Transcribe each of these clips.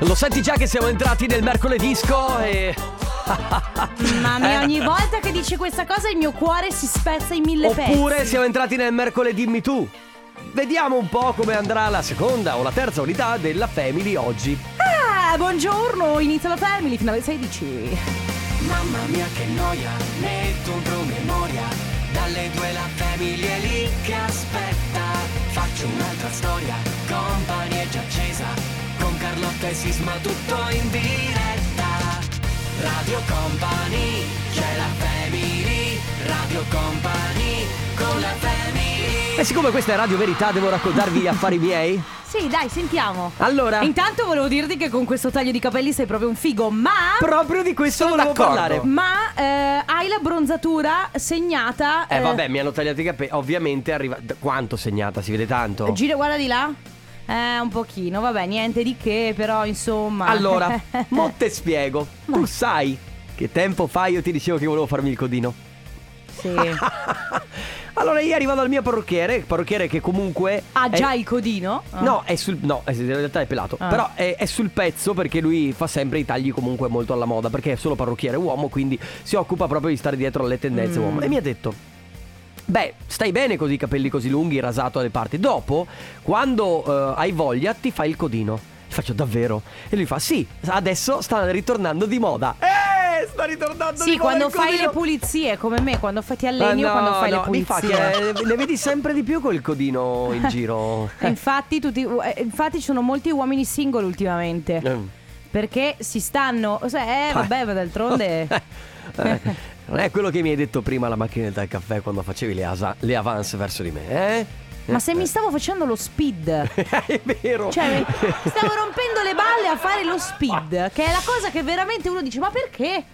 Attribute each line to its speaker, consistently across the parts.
Speaker 1: Lo senti già che siamo entrati nel mercoledì disco e...
Speaker 2: Mamma
Speaker 1: Eh.
Speaker 2: mia, ogni volta che dici questa cosa il mio cuore si spezza in mille pezzi.
Speaker 1: Oppure siamo entrati nel mercoledì dimmi tu. Vediamo un po' come andrà la seconda o la terza unità della Family oggi.
Speaker 2: Ah, buongiorno, inizia la family fino alle 16.
Speaker 3: Mamma mia che noia, metto un promemoria Dalle due la famiglia è lì che aspetta Faccio un'altra storia, compagnia già accesa Con Carlotta e Sisma tutto in diretta Radio Company, c'è la family Radio Company, con la family
Speaker 1: E siccome questa è Radio Verità devo raccontarvi gli affari miei.
Speaker 2: Sì, dai, sentiamo.
Speaker 1: Allora,
Speaker 2: Intanto volevo dirti che con questo taglio di capelli sei proprio un figo, ma
Speaker 1: proprio di questo volevo
Speaker 4: d'accordo.
Speaker 1: parlare.
Speaker 2: ma eh, hai la bronzatura segnata
Speaker 1: Eh vabbè, mi hanno tagliato i capelli. Ovviamente arriva... d- Quanto segnata? Si vede tanto?
Speaker 2: Gira, guarda di là. Eh, un pochino, vabbè, niente di che, però insomma.
Speaker 1: Allora, mo te spiego. Tu sai che tempo fa io ti dicevo che volevo farmi il codino?
Speaker 2: sì.
Speaker 1: allora io arrivo dal mio parrucchiere, parrucchiere che comunque...
Speaker 2: Ha
Speaker 1: è-
Speaker 2: Ah, già il codino? Ah.
Speaker 1: Eh. No, è sul, no, è- in realtà è pelato.
Speaker 2: Ah.
Speaker 1: Però è, è sul pezzo perché lui fa sempre i tagli comunque molto alla moda. Perché è solo parrucchiere uomo, quindi si occupa proprio di stare dietro alle tendenze
Speaker 2: Mm.
Speaker 1: uomo. E mi ha detto. Beh, stai bene così, i capelli così lunghi, rasato alle parti. Dopo, quando eh, hai voglia, ti fai il codino. Ti faccio davvero. E lui fa: Sì, adesso sta ritornando di moda. Eh, sta ritornando di
Speaker 2: Sì,
Speaker 1: moda.
Speaker 2: quando
Speaker 1: il
Speaker 2: fai
Speaker 1: codino.
Speaker 2: le pulizie, come me, quando fai ti alleni
Speaker 1: Ah,
Speaker 2: o quando fai
Speaker 1: no,
Speaker 2: le pulizie.
Speaker 1: Infatti, eh, ne vedi sempre di più col codino in giro.
Speaker 2: E Infatti, tutti- eh, infatti ci sono molti uomini single ultimamente.
Speaker 1: Eh.
Speaker 2: Perché si stanno. cioè, eh, vabbè, ma d'altronde.
Speaker 1: Eh, non è quello che mi hai detto prima alla macchinetta del caffè quando facevi le, asa- le avance verso di me, eh?
Speaker 2: Ma se mi stavo facendo lo speed.
Speaker 1: è vero.
Speaker 2: Cioè, stavo rompendo le balle a fare lo speed. Che è la cosa che veramente uno dice: Ma perché?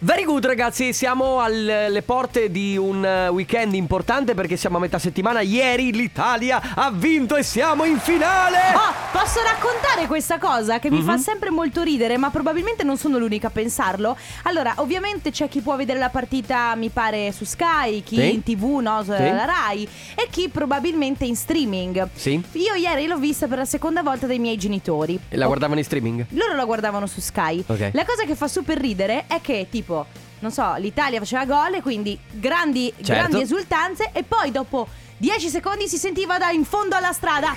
Speaker 1: Very good ragazzi, siamo alle alle porte di un eh, weekend importante perché siamo a metà settimana. Ieri l'Italia ha vinto e siamo in finale.
Speaker 2: Oh, posso raccontare questa cosa che mi
Speaker 1: Mhm.
Speaker 2: fa sempre molto ridere, ma probabilmente non sono l'unica a pensarlo. Allora, ovviamente c'è chi può vedere la partita, mi pare, su Sky, chi
Speaker 1: Sì.
Speaker 2: in tv, no, sulla
Speaker 1: Sì.
Speaker 2: Rai, e chi probabilmente in streaming.
Speaker 1: Sì.
Speaker 2: Io ieri l'ho vista per la seconda volta dai miei genitori.
Speaker 1: E la guardavano in streaming?
Speaker 2: Loro la guardavano su Sky.
Speaker 1: Ok.
Speaker 2: La cosa che fa super ridere è che, tipo, non so, l'Italia faceva gol e quindi grandi,
Speaker 1: Certo.
Speaker 2: grandi esultanze e poi dopo 10 secondi si sentiva da in fondo alla strada.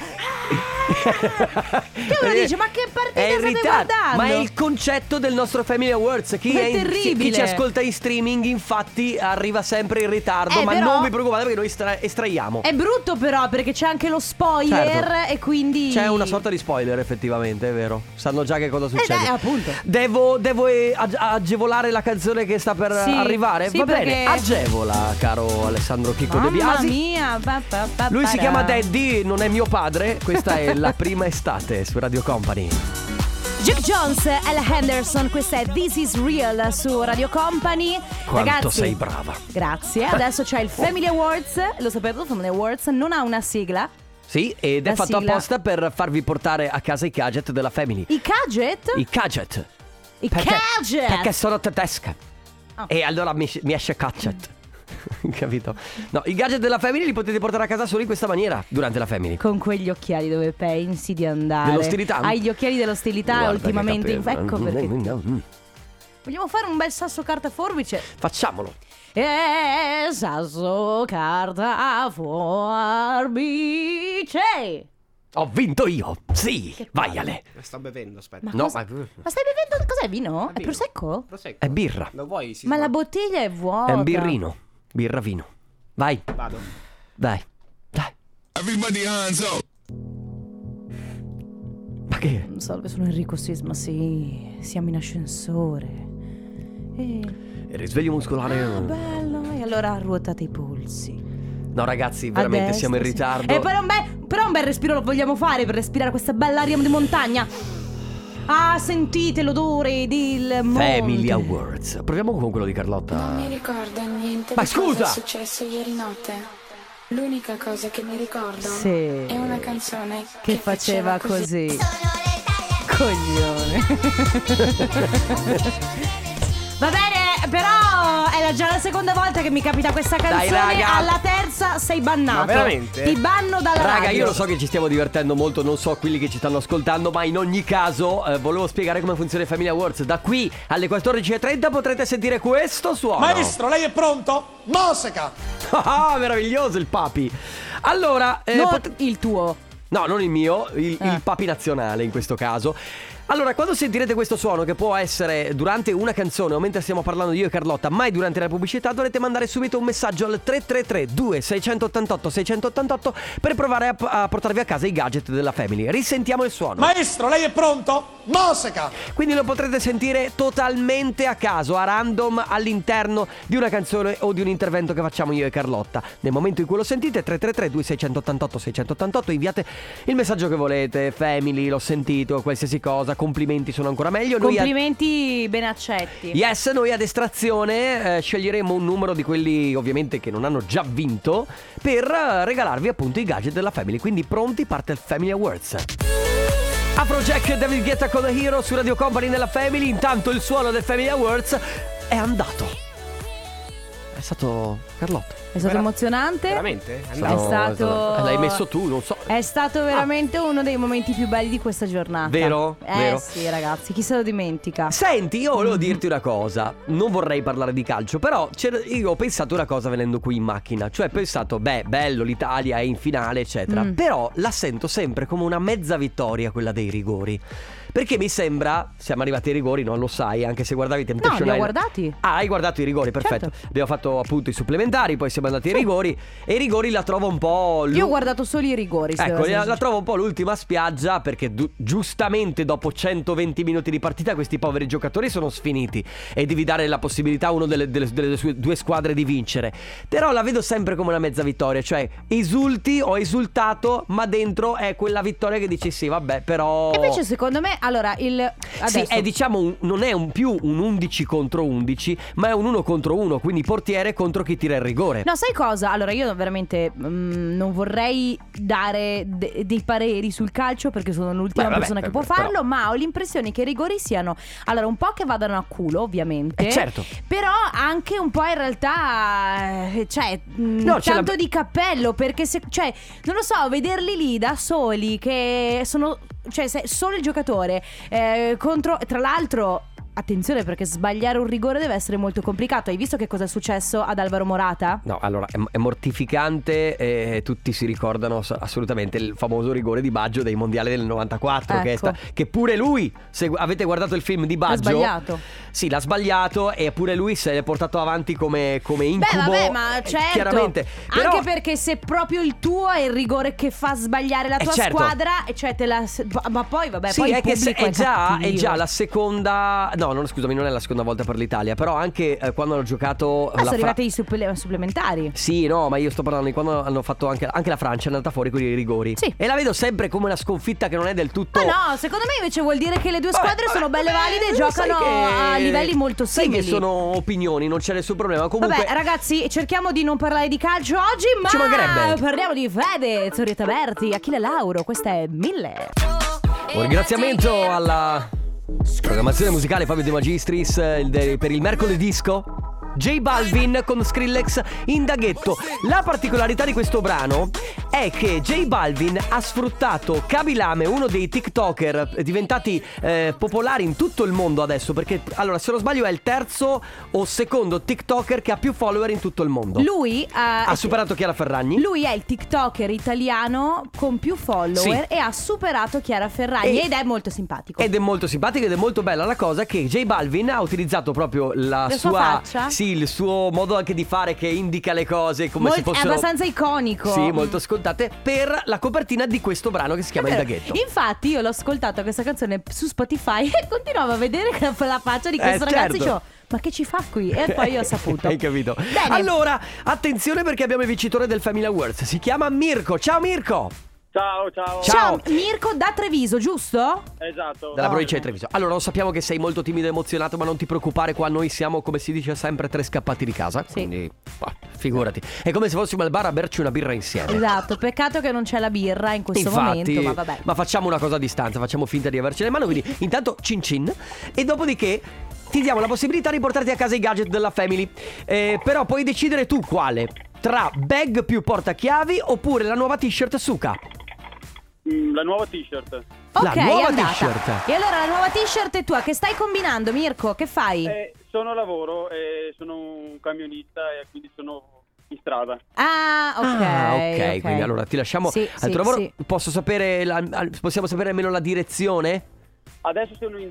Speaker 2: Ah! che uno
Speaker 1: Perché
Speaker 2: dice, ma che partita
Speaker 1: è in
Speaker 2: state
Speaker 1: ritardo,
Speaker 2: guardando?
Speaker 1: Ma è il concetto del nostro Family Awards. Chi,
Speaker 2: È
Speaker 1: in- chi- chi
Speaker 2: terribile.
Speaker 1: ci ascolta in streaming, infatti, arriva sempre in ritardo.
Speaker 2: Eh,
Speaker 1: ma
Speaker 2: però-
Speaker 1: non vi preoccupate perché noi estra- estraiamo.
Speaker 2: È brutto però perché c'è anche lo spoiler
Speaker 1: Certo.
Speaker 2: e quindi...
Speaker 1: C'è una sorta di spoiler effettivamente, è vero. Sanno già che cosa succede. Ecco,
Speaker 2: eh, appunto.
Speaker 1: Devo, devo, eh, ag- agevolare la canzone che sta per
Speaker 2: Sì,
Speaker 1: arrivare?
Speaker 2: sì,
Speaker 1: Va bene,
Speaker 2: perché-
Speaker 1: agevola, caro Alessandro Chicco De
Speaker 2: Mamma
Speaker 1: Biasi.
Speaker 2: mia, pa, pa, pa,
Speaker 1: Lui si
Speaker 2: para.
Speaker 1: chiama Daddy, non è mio padre. Questa è la prima estate su Radio Company.
Speaker 2: Jack Jones, Ella Henderson, questa è This is Real su Radio Company.
Speaker 1: Quanto
Speaker 2: Ragazzi,
Speaker 1: sei brava. Oh.
Speaker 2: Grazie. Adesso c'è il Family Awards. Lo sapete, il Family Awards non ha una sigla.
Speaker 1: Sì, ed è
Speaker 2: La
Speaker 1: fatto
Speaker 2: sigla.
Speaker 1: apposta per farvi portare a casa i gadget della Family.
Speaker 2: I Kajet?
Speaker 1: I gadget.
Speaker 2: I
Speaker 1: Perché-
Speaker 2: Kajet!
Speaker 1: Perché sono tedesche.
Speaker 2: Ah.
Speaker 1: E allora mi, mi esce gadget. Capito? No, i gadget della Family li potete portare a casa solo in questa maniera durante la Family.
Speaker 2: Con quegli occhiali dove pensi di andare.
Speaker 1: Dell'ostilità?
Speaker 2: Hai gli occhiali dell'ostilità
Speaker 1: Guarda che
Speaker 2: ultimamente.
Speaker 1: capello. eh.
Speaker 2: Ecco perché.
Speaker 1: Mm.
Speaker 2: Vogliamo fare un bel sasso carta forbice?
Speaker 1: Facciamolo.
Speaker 2: Eh, sasso carta forbice.
Speaker 1: Ho vinto io. Sì, vai Ale.
Speaker 4: Sto bevendo, aspetta.
Speaker 2: Ma,
Speaker 1: No,
Speaker 2: cos-
Speaker 1: ma- eh,
Speaker 2: ma stai bevendo? Cos'è vino? È prosecco?
Speaker 4: Prosecco.
Speaker 1: È birra.
Speaker 4: Lo vuoi? Sì,
Speaker 2: Ma la bottiglia è vuota.
Speaker 1: È un birrino. Birra vino. Vai,
Speaker 4: Vado.
Speaker 1: dai. Dai. Ma che?
Speaker 2: Salve, sono Enrico Sisma, sì, siamo in ascensore. E...
Speaker 1: Il risveglio muscolare.
Speaker 2: Ah, bello, e allora ruotate i polsi.
Speaker 1: No, ragazzi,
Speaker 2: A
Speaker 1: veramente
Speaker 2: destra,
Speaker 1: siamo in
Speaker 2: sì.
Speaker 1: ritardo.
Speaker 2: Eh, però un, bel, però un bel respiro lo vogliamo fare per respirare questa bella aria di montagna. Ah, sentite l'odore del monte.
Speaker 1: Family Awards. Proviamo con quello di Carlotta.
Speaker 5: Non mi ricordo niente
Speaker 1: Ma
Speaker 5: di
Speaker 1: scusa!
Speaker 5: cosa è successo ieri notte. L'unica cosa che mi ricordo
Speaker 2: Sì.
Speaker 5: è una canzone
Speaker 2: Che faceva così.
Speaker 5: Sono le taglie
Speaker 2: Coglione. Va bene, però è la- già la seconda volta che mi capita questa canzone.
Speaker 1: raga.
Speaker 2: Alla terza sei bannato.
Speaker 4: Ma veramente?
Speaker 2: Ti banno dalla
Speaker 1: Raga,
Speaker 2: radio.
Speaker 1: io lo so che ci stiamo divertendo molto, non so quelli che ci stanno ascoltando, ma in ogni caso eh, volevo spiegare come funziona il Family Awards. Da qui alle 14.30 potrete sentire questo suono.
Speaker 4: Maestro, lei è pronto? Mosica!
Speaker 1: Ah, meraviglioso il papi. Allora, eh,
Speaker 2: Non
Speaker 1: pot-
Speaker 2: il tuo.
Speaker 1: no, non il mio, il,
Speaker 2: Ah.
Speaker 1: il papi nazionale in questo caso. Allora, quando sentirete questo suono, che può essere durante una canzone o mentre stiamo parlando io e Carlotta, mai durante la pubblicità, dovrete mandare subito un messaggio al 333-2688-688 per provare a, a portarvi a casa i gadget della Family. Risentiamo il suono.
Speaker 4: Maestro, lei è pronto? Mosica!
Speaker 1: Quindi lo potrete sentire totalmente a caso, a random, all'interno di una canzone o di un intervento che facciamo io e Carlotta. Nel momento in cui lo sentite, 333-2688-688, inviate il messaggio che volete, family, l'ho sentito, qualsiasi cosa, complimenti sono ancora meglio. Noi a-
Speaker 2: Complimenti ben accetti.
Speaker 1: Yes, noi ad estrazione eh, sceglieremo un numero di quelli ovviamente che non hanno già vinto per eh, regalarvi appunto i gadget della Family. Quindi pronti, parte il Family Awards. Afrojack e David Guetta con The Hero su Radio Company nella Family. Intanto il suono del Family Awards è andato. È stato Carlotta.
Speaker 2: È stato emozionante.
Speaker 4: Veramente?
Speaker 2: È stato-
Speaker 1: L'hai messo tu, non so.
Speaker 2: È stato veramente uno dei momenti più belli di questa giornata.
Speaker 1: Ah. Vero?
Speaker 2: Eh
Speaker 1: Vero.
Speaker 2: sì, ragazzi, chi se lo dimentica?
Speaker 1: Senti, io
Speaker 2: Mhm.
Speaker 1: volevo dirti una cosa. Non vorrei parlare di calcio, però c'era- io ho pensato una cosa venendo qui in macchina. Cioè, ho pensato, beh, bello, l'Italia è in finale, eccetera.
Speaker 2: Mm.
Speaker 1: Però la sento sempre come una mezza vittoria quella dei rigori. Perché mi sembra, siamo arrivati ai rigori, non lo sai, anche se guardavi
Speaker 2: No,
Speaker 1: Temptation
Speaker 2: li ho
Speaker 1: Island.
Speaker 2: guardati.
Speaker 1: Ah, hai guardato i rigori, perfetto.
Speaker 2: Certo.
Speaker 1: Abbiamo fatto appunto i supplementari, poi siamo andati ai rigori. E i rigori la trovo un po'. lu-
Speaker 2: Io ho guardato solo i rigori. se
Speaker 1: Ecco,
Speaker 2: devo
Speaker 1: la,
Speaker 2: essere
Speaker 1: la trovo un po' l'ultima spiaggia perché du- giustamente dopo 120 minuti di partita questi poveri giocatori sono sfiniti e devi dare la possibilità a uno delle, delle- delle sue due squadre di vincere. Però la vedo sempre come una mezza vittoria, cioè esulti, ho esultato, ma dentro è quella vittoria che dici sì, vabbè, però...
Speaker 2: E invece secondo me, allora, il...
Speaker 1: Sì,
Speaker 2: adesso-
Speaker 1: è diciamo un- non è un più un 11 contro 11, ma è un 1 contro 1, quindi portiere contro chi tira il rigore.
Speaker 2: No, sai cosa? Allora, io veramente mm, non vorrei dare de- dei pareri sul calcio perché sono l'ultima
Speaker 1: Beh, vabbè,
Speaker 2: persona che può
Speaker 1: però-
Speaker 2: farlo, ma ho l'impressione che i rigori siano, allora, un po' che vadano a culo, ovviamente.
Speaker 1: Eh, certo.
Speaker 2: Però anche un po' in realtà, eh, cioè, mm,
Speaker 1: No, c'è
Speaker 2: tanto
Speaker 1: la-
Speaker 2: di cappello perché, se, cioè, non lo so, vederli lì da soli, che sono, cioè, se- solo il giocatore eh, contro, tra l'altro... Attenzione perché sbagliare un rigore deve essere molto complicato. Hai visto che cosa è successo ad Alvaro Morata?
Speaker 1: No, allora è, è mortificante e tutti si ricordano ass- assolutamente il famoso rigore di Baggio dei mondiali del 94 che, è
Speaker 2: Ecco.
Speaker 1: sta- che pure lui, se gu- avete guardato il film di Baggio...
Speaker 2: sbagliato.
Speaker 1: Sì, l'ha sbagliato e pure lui se l'è portato avanti come, come
Speaker 2: Beh,
Speaker 1: incubo.
Speaker 2: vabbè, ma
Speaker 1: eh,
Speaker 2: certo.
Speaker 1: Chiaramente. Però-
Speaker 2: Anche perché se proprio il tuo è il rigore che fa sbagliare la
Speaker 1: Eh,
Speaker 2: tua
Speaker 1: certo.
Speaker 2: squadra, e cioè te la. s- ma- Ma poi, vabbè,
Speaker 1: sì,
Speaker 2: poi il
Speaker 1: è che se-
Speaker 2: pubblico
Speaker 1: è, già, è
Speaker 2: cattivo.
Speaker 1: già la seconda. No, non, scusami, non è la seconda volta per l'Italia. Però anche eh, quando hanno giocato. la
Speaker 2: Ma sono
Speaker 1: Fra-
Speaker 2: arrivati i supple- supplementari.
Speaker 1: Sì, no, ma io sto parlando di quando hanno fatto anche, anche la Francia, è andata fuori con i rigori.
Speaker 2: Sì.
Speaker 1: E la vedo sempre come una sconfitta che non è del tutto.
Speaker 2: Ma no, secondo me invece vuol dire che le due squadre
Speaker 1: Certo. Vabbè,
Speaker 2: sono
Speaker 1: vabbè,
Speaker 2: belle valide e
Speaker 1: vabbè,
Speaker 2: giocano
Speaker 1: sai che-
Speaker 2: a livelli molto simili.
Speaker 1: Sai che sono opinioni, non c'è nessun problema. Comunque,
Speaker 2: Vabbè, ragazzi, cerchiamo di non parlare di calcio oggi, ma
Speaker 1: Ci mancherebbe.
Speaker 2: parliamo di Fede, Zorietta Berti, Achille Lauro, questa è Mille.
Speaker 1: Certo. un ringraziamento alla programmazione musicale Fabio De Magistris eh, il de- per il mercoledì disco. J Balvin con Skrillex in daghetto. La particolarità di questo brano è che J Balvin ha sfruttato Kabilame, uno dei TikToker eh, diventati eh, popolari in tutto il mondo adesso. Perché, allora, se non sbaglio, è il terzo o secondo TikToker che ha più follower in tutto il mondo.
Speaker 2: Lui eh,
Speaker 1: ha superato Chiara Ferragni.
Speaker 2: Lui è il TikToker italiano con più
Speaker 1: Sì.
Speaker 2: follower e ha superato Chiara Ferragni
Speaker 1: E-
Speaker 2: ed è molto simpatico.
Speaker 1: Ed è molto simpatico ed è molto bella la cosa che J Balvin ha utilizzato proprio la,
Speaker 2: La sua faccia?
Speaker 1: Sì, il suo modo anche di fare che indica le cose come se
Speaker 2: Mol- È
Speaker 1: fossero
Speaker 2: abbastanza iconico.
Speaker 1: Sì, molto scontate per la copertina di questo brano che si chiama Il Daghetto.
Speaker 2: Infatti io l'ho ascoltata questa canzone su Spotify e continuavo a vedere la la faccia di
Speaker 1: Eh,
Speaker 2: questo ragazzo e
Speaker 1: certo.
Speaker 2: dicevo "Ma che ci fa qui?" E poi io ho saputo.
Speaker 1: Hai capito?
Speaker 2: Bene.
Speaker 1: Allora, attenzione perché abbiamo il vincitore del Family Awards. Si chiama Mirko. Ciao Mirko!
Speaker 6: Ciao, ciao.
Speaker 2: Ciao Mirko da Treviso, giusto?
Speaker 6: Esatto.
Speaker 1: Dalla provincia di Treviso. Allora, lo sappiamo che sei molto timido e emozionato, ma non ti preoccupare, qua noi siamo, come si dice sempre, tre scappati di casa.
Speaker 2: Sì.
Speaker 1: Quindi, bah, figurati. È come se fossimo al bar a berci una birra insieme.
Speaker 2: Esatto, peccato che non c'è la birra in questo
Speaker 1: Infatti,
Speaker 2: momento, ma vabbè.
Speaker 1: ma facciamo una cosa a distanza, facciamo finta di avercela in mano, quindi intanto cin cin e dopodiché ti diamo la possibilità di portarti a casa i gadget della Family. Eh, però puoi decidere tu quale. Tra bag più portachiavi oppure la nuova t-shirt Suka.
Speaker 6: Mm, La nuova t-shirt.
Speaker 2: Ok,
Speaker 1: La nuova
Speaker 2: è andata.
Speaker 1: t-shirt.
Speaker 2: E allora la nuova t-shirt è tua. Che stai combinando, Mirko? Che fai?
Speaker 6: Eh, sono a lavoro e sono un camionista e quindi sono in strada.
Speaker 2: Ah, ok.
Speaker 1: Ah, ok, quindi allora ti lasciamo
Speaker 2: Sì,
Speaker 1: al
Speaker 2: sì,
Speaker 1: tuo lavoro.
Speaker 2: sì.
Speaker 1: Posso sapere la- al- possiamo sapere almeno la direzione?
Speaker 6: Adesso sono in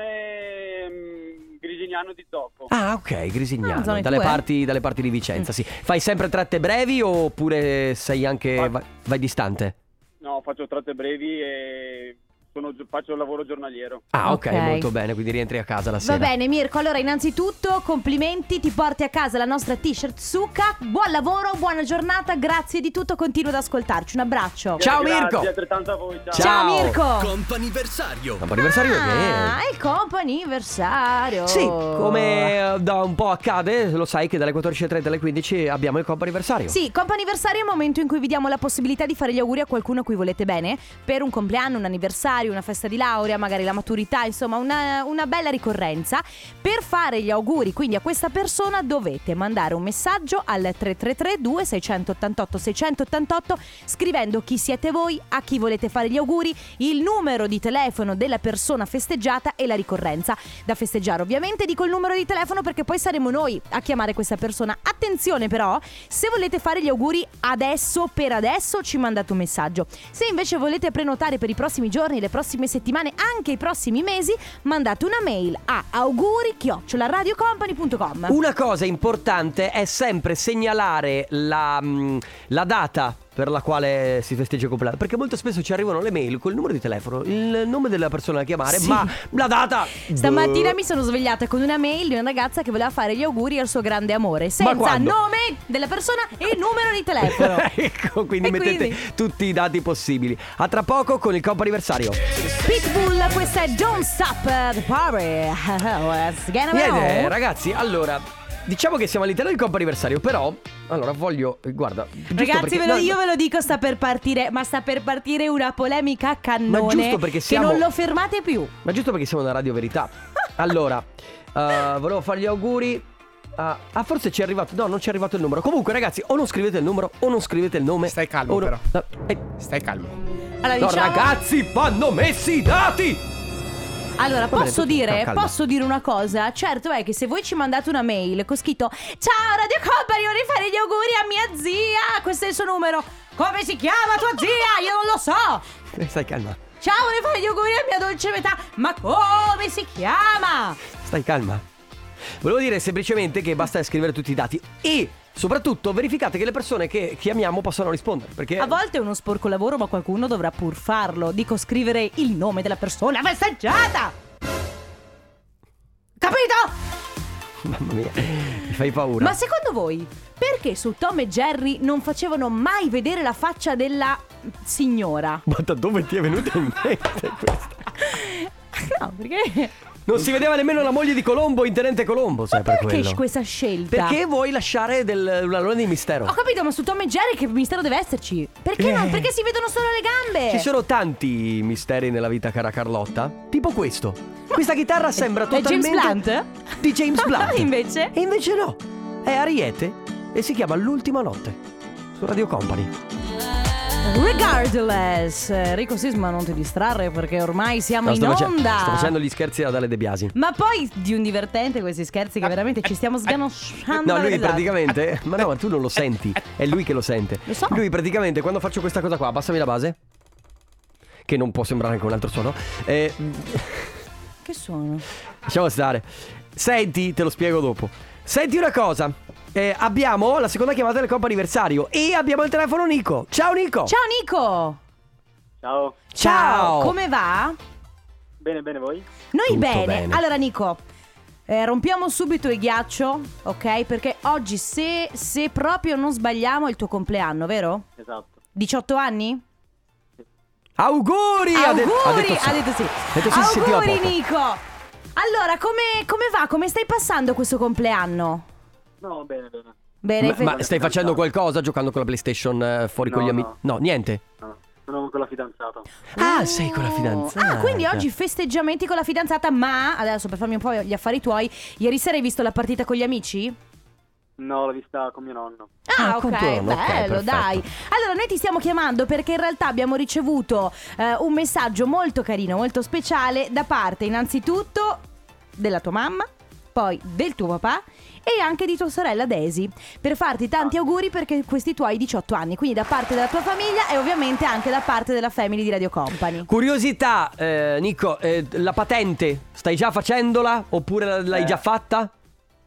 Speaker 6: direzione mm, Grigignano di Zoppo.
Speaker 1: Ah, ok,
Speaker 2: Ah, Mm.
Speaker 1: Grisignano,
Speaker 2: zone
Speaker 1: dalle
Speaker 2: tue.
Speaker 1: parti, dalle parti di Vicenza, sì. Fai sempre tratte brevi oppure sei anche
Speaker 6: Ah.
Speaker 1: vai, vai distante?
Speaker 6: No, faccio tratte brevi e sono gio- faccio il lavoro giornaliero.
Speaker 1: Ah, ok,
Speaker 2: Ok.
Speaker 1: molto bene, quindi rientri a casa la
Speaker 2: Va
Speaker 1: sera.
Speaker 2: bene Mirko, allora innanzitutto complimenti, ti porti a casa la nostra t-shirt Suka, buon lavoro, buona giornata, grazie di tutto, continua ad ascoltarci, un abbraccio.
Speaker 1: Ciao,
Speaker 6: Grazie,
Speaker 1: Mirko.
Speaker 6: altrettanto a voi, ciao.
Speaker 1: Ciao.
Speaker 2: Mirko!
Speaker 7: Comp'anniversario.
Speaker 1: Un anniversario
Speaker 2: Ah,
Speaker 1: che
Speaker 2: è il comp'anniversario!
Speaker 1: Sì, come eh, da un po' accade, lo sai che dalle 14.30 alle 15 abbiamo il compo anniversario.
Speaker 2: Sì, comp'anniversario è il momento in cui vi diamo la possibilità di fare gli auguri a qualcuno a cui volete bene per un compleanno, un anniversario, una festa di laurea, magari la maturità, insomma una, una bella ricorrenza. Per fare gli auguri quindi a questa persona dovete mandare un messaggio al 3332 688 688 scrivendo chi siete voi, a chi volete fare gli auguri, il numero di telefono della persona festeggiata e la ricorrenza da festeggiare. Ovviamente dico il numero di telefono perché poi saremo noi a chiamare questa persona. Attenzione però, se volete fare gli auguri adesso, per adesso, ci mandate un messaggio. Se invece volete prenotare per i prossimi giorni, le prossime settimane, anche i prossimi mesi, mandate una mail a auguri-radiocompany.com.
Speaker 1: Una cosa importante è sempre segnalare la, mh, la data per la quale si festeggia il compleanno. Perché molto spesso ci arrivano le mail col numero di telefono, il nome della persona da chiamare,
Speaker 2: Sì.
Speaker 1: ma la data.
Speaker 2: Stamattina
Speaker 1: boh.
Speaker 2: mi sono svegliata con una mail di una ragazza che voleva fare gli auguri al suo grande amore, senza
Speaker 1: quando?
Speaker 2: nome della persona e numero di telefono.
Speaker 1: ecco, quindi
Speaker 2: E
Speaker 1: mettete
Speaker 2: quindi?
Speaker 1: tutti i dati possibili. A tra poco con il compo anniversario.
Speaker 2: Pitbull, questa è Don't Stop eh, the Party. Let's get 'em
Speaker 1: Niente,
Speaker 2: out.
Speaker 1: ragazzi, allora diciamo che siamo all'interno del compo anniversario, però allora voglio guarda, giusto
Speaker 2: Ragazzi,
Speaker 1: perché-
Speaker 2: ve lo-
Speaker 1: no,
Speaker 2: io ve lo dico, sta per partire, ma sta per partire una polemica a cannone.
Speaker 1: Ma giusto perché siamo-
Speaker 2: Che non lo fermate più.
Speaker 1: Ma giusto perché siamo una radio verità. Allora, eh, volevo fare gli auguri. a- ah, forse ci è arrivato. No, non ci è arrivato il numero. Comunque, ragazzi, o non scrivete il numero o non scrivete il nome.
Speaker 8: Stai calmo,
Speaker 1: O no-
Speaker 8: però.
Speaker 1: No, eh,
Speaker 8: Stai calmo.
Speaker 2: Allora,
Speaker 1: no,
Speaker 2: diciamo-
Speaker 1: ragazzi, vanno messi i dati.
Speaker 2: Allora,
Speaker 1: Va bene,
Speaker 2: posso
Speaker 1: tutti-
Speaker 2: dire,
Speaker 1: no, calma.
Speaker 2: posso dire una cosa? Certo è che se voi ci mandate una mail con scritto Ciao Radio Company, vorrei fare gli auguri a mia zia, questo è il suo numero. Come si chiama tua zia? Io non lo so.
Speaker 1: Eh, Stai calma,
Speaker 2: Ciao, vorrei fare gli auguri a mia dolce metà. Ma come si chiama?
Speaker 1: stai calma. Volevo dire semplicemente che basta scrivere tutti i dati e soprattutto verificate che le persone che chiamiamo possano rispondere. Perché
Speaker 2: A volte è uno sporco lavoro, ma qualcuno dovrà pur farlo. Dico scrivere il nome della persona festeggiata. Capito?
Speaker 1: Mamma mia, mi fai paura.
Speaker 2: Ma secondo voi, perché su Tom e Jerry non facevano mai vedere la faccia della signora?
Speaker 1: Ma da dove ti è venuta in mente questa?
Speaker 2: No, perché?
Speaker 1: Non si vedeva nemmeno la moglie di Colombo in Tenente Colombo, sai,
Speaker 2: Ma
Speaker 1: per
Speaker 2: perché
Speaker 1: quello.
Speaker 2: questa scelta?
Speaker 1: Perché vuoi lasciare del, una luna di mistero?
Speaker 2: Ho capito, ma su Tom e Jerry che mistero deve esserci? Perché no?
Speaker 1: Eh.
Speaker 2: Perché si vedono solo le gambe?
Speaker 1: Ci sono tanti misteri nella vita, cara Carlotta. Tipo questo. Questa chitarra sembra
Speaker 2: È James
Speaker 1: totalmente.
Speaker 2: Blunt?
Speaker 1: Di James Blunt.
Speaker 2: Invece?
Speaker 1: E invece no. È Ariete e si chiama L'ultima notte. Su Radio Company.
Speaker 2: Regardless, Enrico Sisma non ti distrarre perché ormai siamo
Speaker 1: No,
Speaker 2: in
Speaker 1: sto, face-
Speaker 2: onda.
Speaker 1: sto facendo gli scherzi ad Ale De Biasi.
Speaker 2: Ma poi di un divertente questi scherzi che veramente ci stiamo sganosciando.
Speaker 1: No, lui
Speaker 2: Esatto.
Speaker 1: praticamente. Ma no, ma tu non lo senti. È lui che lo sente.
Speaker 2: Lo so.
Speaker 1: Lui praticamente quando faccio questa cosa qua, abbassami la base. Che non può sembrare anche un altro suono. Eh,
Speaker 2: Che sono?
Speaker 1: Lasciamo stare. Senti, te lo spiego dopo. Senti una cosa. Eh, abbiamo la seconda chiamata del compo anniversario e abbiamo il telefono Nico. Ciao Nico.
Speaker 2: Ciao Nico!
Speaker 6: Ciao.
Speaker 1: Ciao.
Speaker 2: Come va?
Speaker 6: Bene, bene voi?
Speaker 2: Noi
Speaker 1: Tutto
Speaker 2: bene.
Speaker 1: bene.
Speaker 2: Allora Nico, eh, rompiamo subito il ghiaccio, ok? Perché oggi se, se proprio non sbagliamo è il tuo compleanno, vero?
Speaker 6: Esatto.
Speaker 2: 18 anni?
Speaker 1: Auguri. ha de-
Speaker 2: auguri!
Speaker 1: ha detto sì.
Speaker 2: Ha detto sì.
Speaker 1: Ha detto sì, si sentiva
Speaker 2: auguri
Speaker 1: poco.
Speaker 2: Nico! Allora, come, come va? Come stai passando questo compleanno?
Speaker 6: No, bene, bene.
Speaker 2: Bene,
Speaker 1: Ma,
Speaker 2: fe-
Speaker 1: ma stai facendo qualcosa giocando con la PlayStation eh, fuori
Speaker 6: No,
Speaker 1: con gli
Speaker 6: no.
Speaker 1: amici? No, niente.
Speaker 6: No, sono con la fidanzata.
Speaker 1: Ah,
Speaker 2: Oh.
Speaker 1: sei con la fidanzata.
Speaker 2: Ah, quindi oggi festeggiamenti con la fidanzata, ma adesso per farmi un po' gli affari tuoi, ieri sera hai visto la partita con gli amici?
Speaker 6: No, l'ho vista con mio nonno.
Speaker 1: Ah,
Speaker 2: Ah, ok,
Speaker 1: con tuo nonno,
Speaker 2: bello,
Speaker 1: ok, perfetto.
Speaker 2: dai. Allora, noi ti stiamo chiamando perché in realtà abbiamo ricevuto eh, un messaggio molto carino, molto speciale da parte innanzitutto della tua mamma, poi del tuo papà e anche di tua sorella Daisy per farti tanti auguri perché questi tuoi 18 anni, quindi da parte della tua famiglia e ovviamente anche da parte della family di Radio Company.
Speaker 1: Curiosità, eh, Nico, eh, la patente stai già facendola oppure la- l'hai
Speaker 6: Eh.
Speaker 1: già fatta?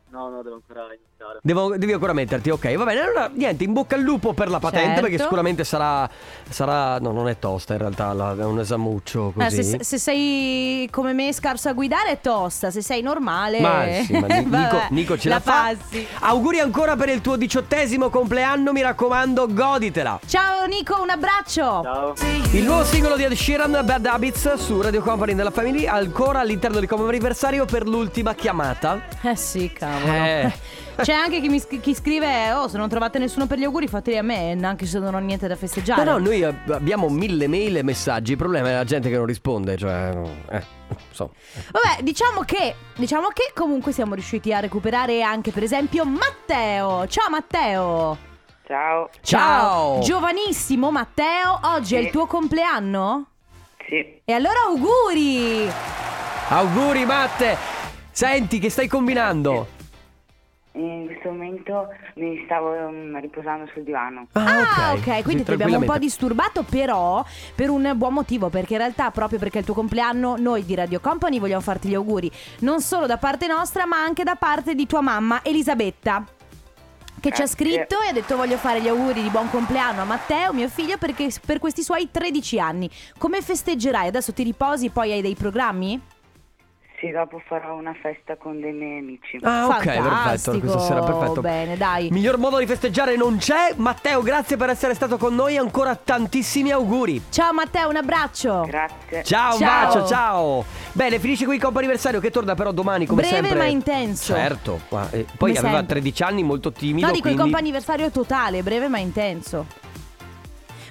Speaker 6: No, no, devo ancora iniziare.
Speaker 1: Devo- devi ancora metterti, ok, va bene. Allora, niente, in bocca al lupo per la patente
Speaker 2: Certo.
Speaker 1: perché sicuramente sarà, sarà... No, non è tosta in realtà, la- è un esamuccio
Speaker 2: Eh,
Speaker 1: così.
Speaker 2: se, se sei come me scarso a guidare è tosta, se sei normale
Speaker 1: Ma sì, ma Ni- Nico,
Speaker 2: vabbè,
Speaker 1: Nico ce la, fa.
Speaker 2: passi.
Speaker 1: Auguri ancora per il tuo diciottesimo compleanno, mi raccomando, goditela.
Speaker 2: Ciao Nico, un abbraccio.
Speaker 6: Ciao.
Speaker 1: Il nuovo singolo di Ed Sheeran, Bad Habits, su Radio Company della Family, ancora all'interno del comune anniversario per l'ultima chiamata.
Speaker 2: Eh sì, cavolo.
Speaker 1: Eh.
Speaker 2: C'è anche chi, mi scri- chi scrive: Oh, se non trovate nessuno per gli auguri, fateli a me, anche se non ho niente da festeggiare.
Speaker 1: No, no, noi eh, abbiamo mille mail e messaggi, il problema è la gente che non risponde, cioè... Eh, so.
Speaker 2: Vabbè, diciamo che, diciamo che comunque siamo riusciti a recuperare anche, per esempio, Matteo. Ciao Matteo.
Speaker 7: Ciao,
Speaker 1: Ciao!
Speaker 2: Giovanissimo Matteo, oggi è
Speaker 7: Sì.
Speaker 2: il tuo compleanno?
Speaker 7: sì,
Speaker 2: E allora auguri!
Speaker 1: Auguri Matte! Senti, che stai combinando?
Speaker 7: in questo momento mi stavo mm, riposando sul divano.
Speaker 2: Ah, ok,
Speaker 1: Così
Speaker 2: quindi ti abbiamo un po'
Speaker 1: tranquillamente.
Speaker 2: disturbato, però per un buon motivo, perché in realtà proprio perché è il tuo compleanno, noi di Radio Company vogliamo farti gli auguri, non solo da parte nostra, ma anche da parte di tua mamma Elisabetta. Che ci ha
Speaker 7: Grazie.
Speaker 2: scritto e ha detto voglio fare gli auguri di buon compleanno a Matteo, mio figlio, perché per questi suoi 13 anni. Come festeggerai? Adesso ti riposi, poi hai dei programmi?
Speaker 7: Sì, dopo farò una festa con dei miei amici.
Speaker 1: Ah, ok,
Speaker 2: Fantastico.
Speaker 1: perfetto. Questa sera, perfetto.
Speaker 2: Bene, dai.
Speaker 1: Miglior modo di festeggiare non c'è. Matteo, grazie per essere stato con noi. Ancora tantissimi auguri.
Speaker 2: Ciao Matteo, un abbraccio.
Speaker 7: Grazie.
Speaker 1: Ciao, un
Speaker 2: Ciao.
Speaker 1: bacio, ciao. Bene, finisce qui il compo anniversario che torna però domani come
Speaker 2: Breve
Speaker 1: sempre.
Speaker 2: ma intenso.
Speaker 1: Certo. ma, eh, poi
Speaker 2: Come
Speaker 1: aveva
Speaker 2: sempre.
Speaker 1: 13 anni, molto timido,
Speaker 2: No, dico il
Speaker 1: quindi-
Speaker 2: comp'anniversario totale, breve ma intenso.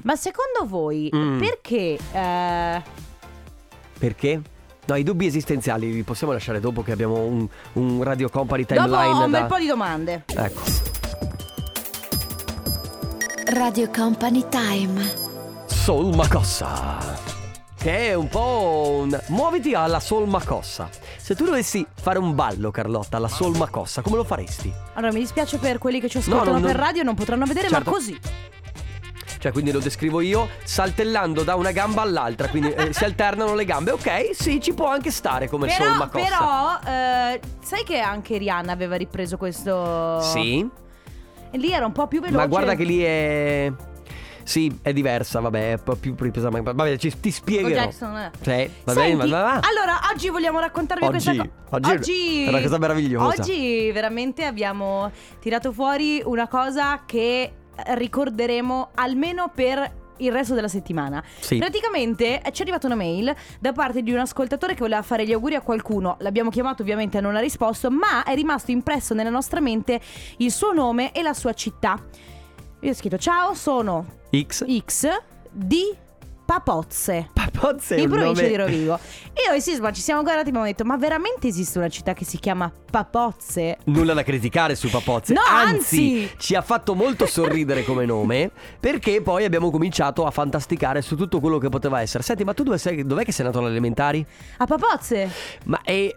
Speaker 2: Ma secondo voi
Speaker 1: Mm.
Speaker 2: perché eh,
Speaker 1: Perché? No, i dubbi esistenziali li possiamo lasciare dopo che abbiamo un, un Radio Company
Speaker 2: dopo
Speaker 1: timeline
Speaker 2: ho un
Speaker 1: da...
Speaker 2: bel po' di domande.
Speaker 1: Ecco.
Speaker 8: Radio Company Time.
Speaker 1: Soul Macossa. Che è un po' un... Muoviti alla Soul Macossa. Se tu dovessi fare un ballo, Carlotta, alla Soul Macossa, come lo faresti?
Speaker 2: Allora, mi dispiace per quelli che ci
Speaker 1: No,
Speaker 2: ascoltano
Speaker 1: non-
Speaker 2: per radio, non potranno vedere,
Speaker 1: Certo.
Speaker 2: ma così.
Speaker 1: Cioè, quindi lo descrivo io saltellando da una gamba all'altra, quindi eh, si alternano le gambe. Ok, sì, ci può anche stare come Soul
Speaker 2: Però,
Speaker 1: Macossa.
Speaker 2: però eh, sai che anche Rihanna aveva ripreso questo.
Speaker 1: Sì,
Speaker 2: E Lì era un po' più veloce.
Speaker 1: ma guarda che lì è... Sì, è diversa, vabbè, è un po' più ripresa. ma- Vabbè, ci, ti
Speaker 2: Michael
Speaker 1: spiegherò.
Speaker 2: Jackson, eh.
Speaker 1: Sì, va bene,
Speaker 2: Senti, ah,
Speaker 1: va, va, va.
Speaker 2: Allora, oggi vogliamo raccontarvi
Speaker 1: Oggi,
Speaker 2: questa cosa.
Speaker 1: oggi è una cosa meravigliosa.
Speaker 2: Oggi veramente abbiamo tirato fuori una cosa che ricorderemo almeno per il resto della settimana.
Speaker 1: Sì.
Speaker 2: Praticamente eh, ci è arrivata una mail da parte di un ascoltatore che voleva fare gli auguri a qualcuno. L'abbiamo chiamato ovviamente e non ha risposto, ma è rimasto impresso nella nostra mente il suo nome e la sua città. Io ho scritto ciao, sono
Speaker 1: X.
Speaker 2: X di Papozze
Speaker 1: Papozze è
Speaker 2: in
Speaker 1: un
Speaker 2: provincia
Speaker 1: nome-
Speaker 2: di Rovigo. Io e Sisma ci siamo guardati e abbiamo detto: Ma veramente esiste una città che si chiama Papozze?
Speaker 1: Nulla da criticare su Papozze.
Speaker 2: No,
Speaker 1: anzi,
Speaker 2: anzi.
Speaker 1: ci ha fatto molto sorridere come nome perché poi abbiamo cominciato a fantasticare su tutto quello che poteva essere. Senti, ma tu dove sei, dov'è che sei nato alle elementari?
Speaker 2: A Papozze?
Speaker 1: Ma e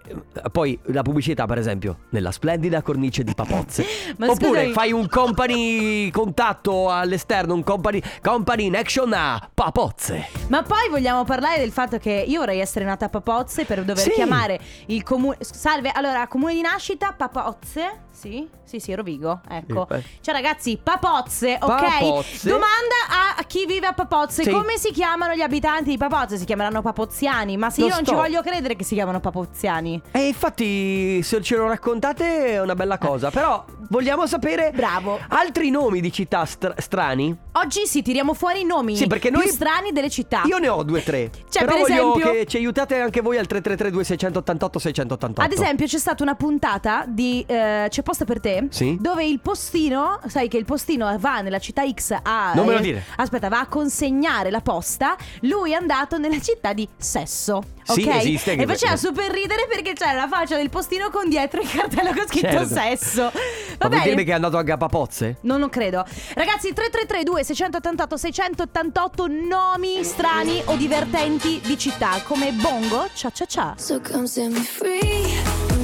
Speaker 1: poi la pubblicità, per esempio, nella splendida cornice di Papozze.
Speaker 2: Ma
Speaker 1: Oppure
Speaker 2: scusami.
Speaker 1: fai un company contatto all'esterno, un company, company in action a Papozze.
Speaker 2: Ma poi vogliamo parlare del fatto che io vorrei essere nata a Papozze per dover
Speaker 1: Sì.
Speaker 2: chiamare il comune. Salve, allora, comune di nascita, Papozze. Sì, sì, sì, Rovigo. Ecco.
Speaker 1: Eh, beh.
Speaker 2: Ciao ragazzi, Papozze, ok?
Speaker 1: Papozze.
Speaker 2: Domanda a chi vive a Papozze:
Speaker 1: Sì.
Speaker 2: come si chiamano gli abitanti di Papozze? Si chiameranno Papoziani, ma se
Speaker 1: Lo
Speaker 2: io non
Speaker 1: sto-
Speaker 2: ci voglio credere che si chiamano Papoziani.
Speaker 1: E infatti, se ce lo raccontate è una bella cosa. Però vogliamo sapere.
Speaker 2: Bravo.
Speaker 1: Altri nomi di città str- strani?
Speaker 2: Oggi sì, tiriamo fuori i nomi
Speaker 1: Sì, perché
Speaker 2: più
Speaker 1: noi-
Speaker 2: strani delle città.
Speaker 1: Io ne ho due o tre.
Speaker 2: Cioè,
Speaker 1: Però
Speaker 2: per
Speaker 1: voglio
Speaker 2: esempio-
Speaker 1: che ci aiutate anche voi al 3332 688 688. Esatto.
Speaker 2: Ad esempio, c'è stata una puntata di. eh, c'è apposta per te.
Speaker 1: Sì.
Speaker 2: Dove il postino, sai che il postino va nella città X a.
Speaker 1: Non me lo
Speaker 2: eh,
Speaker 1: dire.
Speaker 2: Aspetta, va a consegnare la posta. Lui è andato nella città di Sesso.
Speaker 1: Sì,
Speaker 2: ok?
Speaker 1: esiste anche
Speaker 2: E faceva
Speaker 1: questo.
Speaker 2: super ridere perché c'era la faccia del postino con dietro il cartello con scritto
Speaker 1: Certo.
Speaker 2: Sesso.
Speaker 1: Ma
Speaker 2: Va
Speaker 1: vuol
Speaker 2: bene.
Speaker 1: dire che è andato a Gapapozze?
Speaker 2: Non lo credo. Ragazzi, 3332 688 688 nomi strani o divertenti di città come Bongo, Cia Cia Cia.
Speaker 8: So come set me free.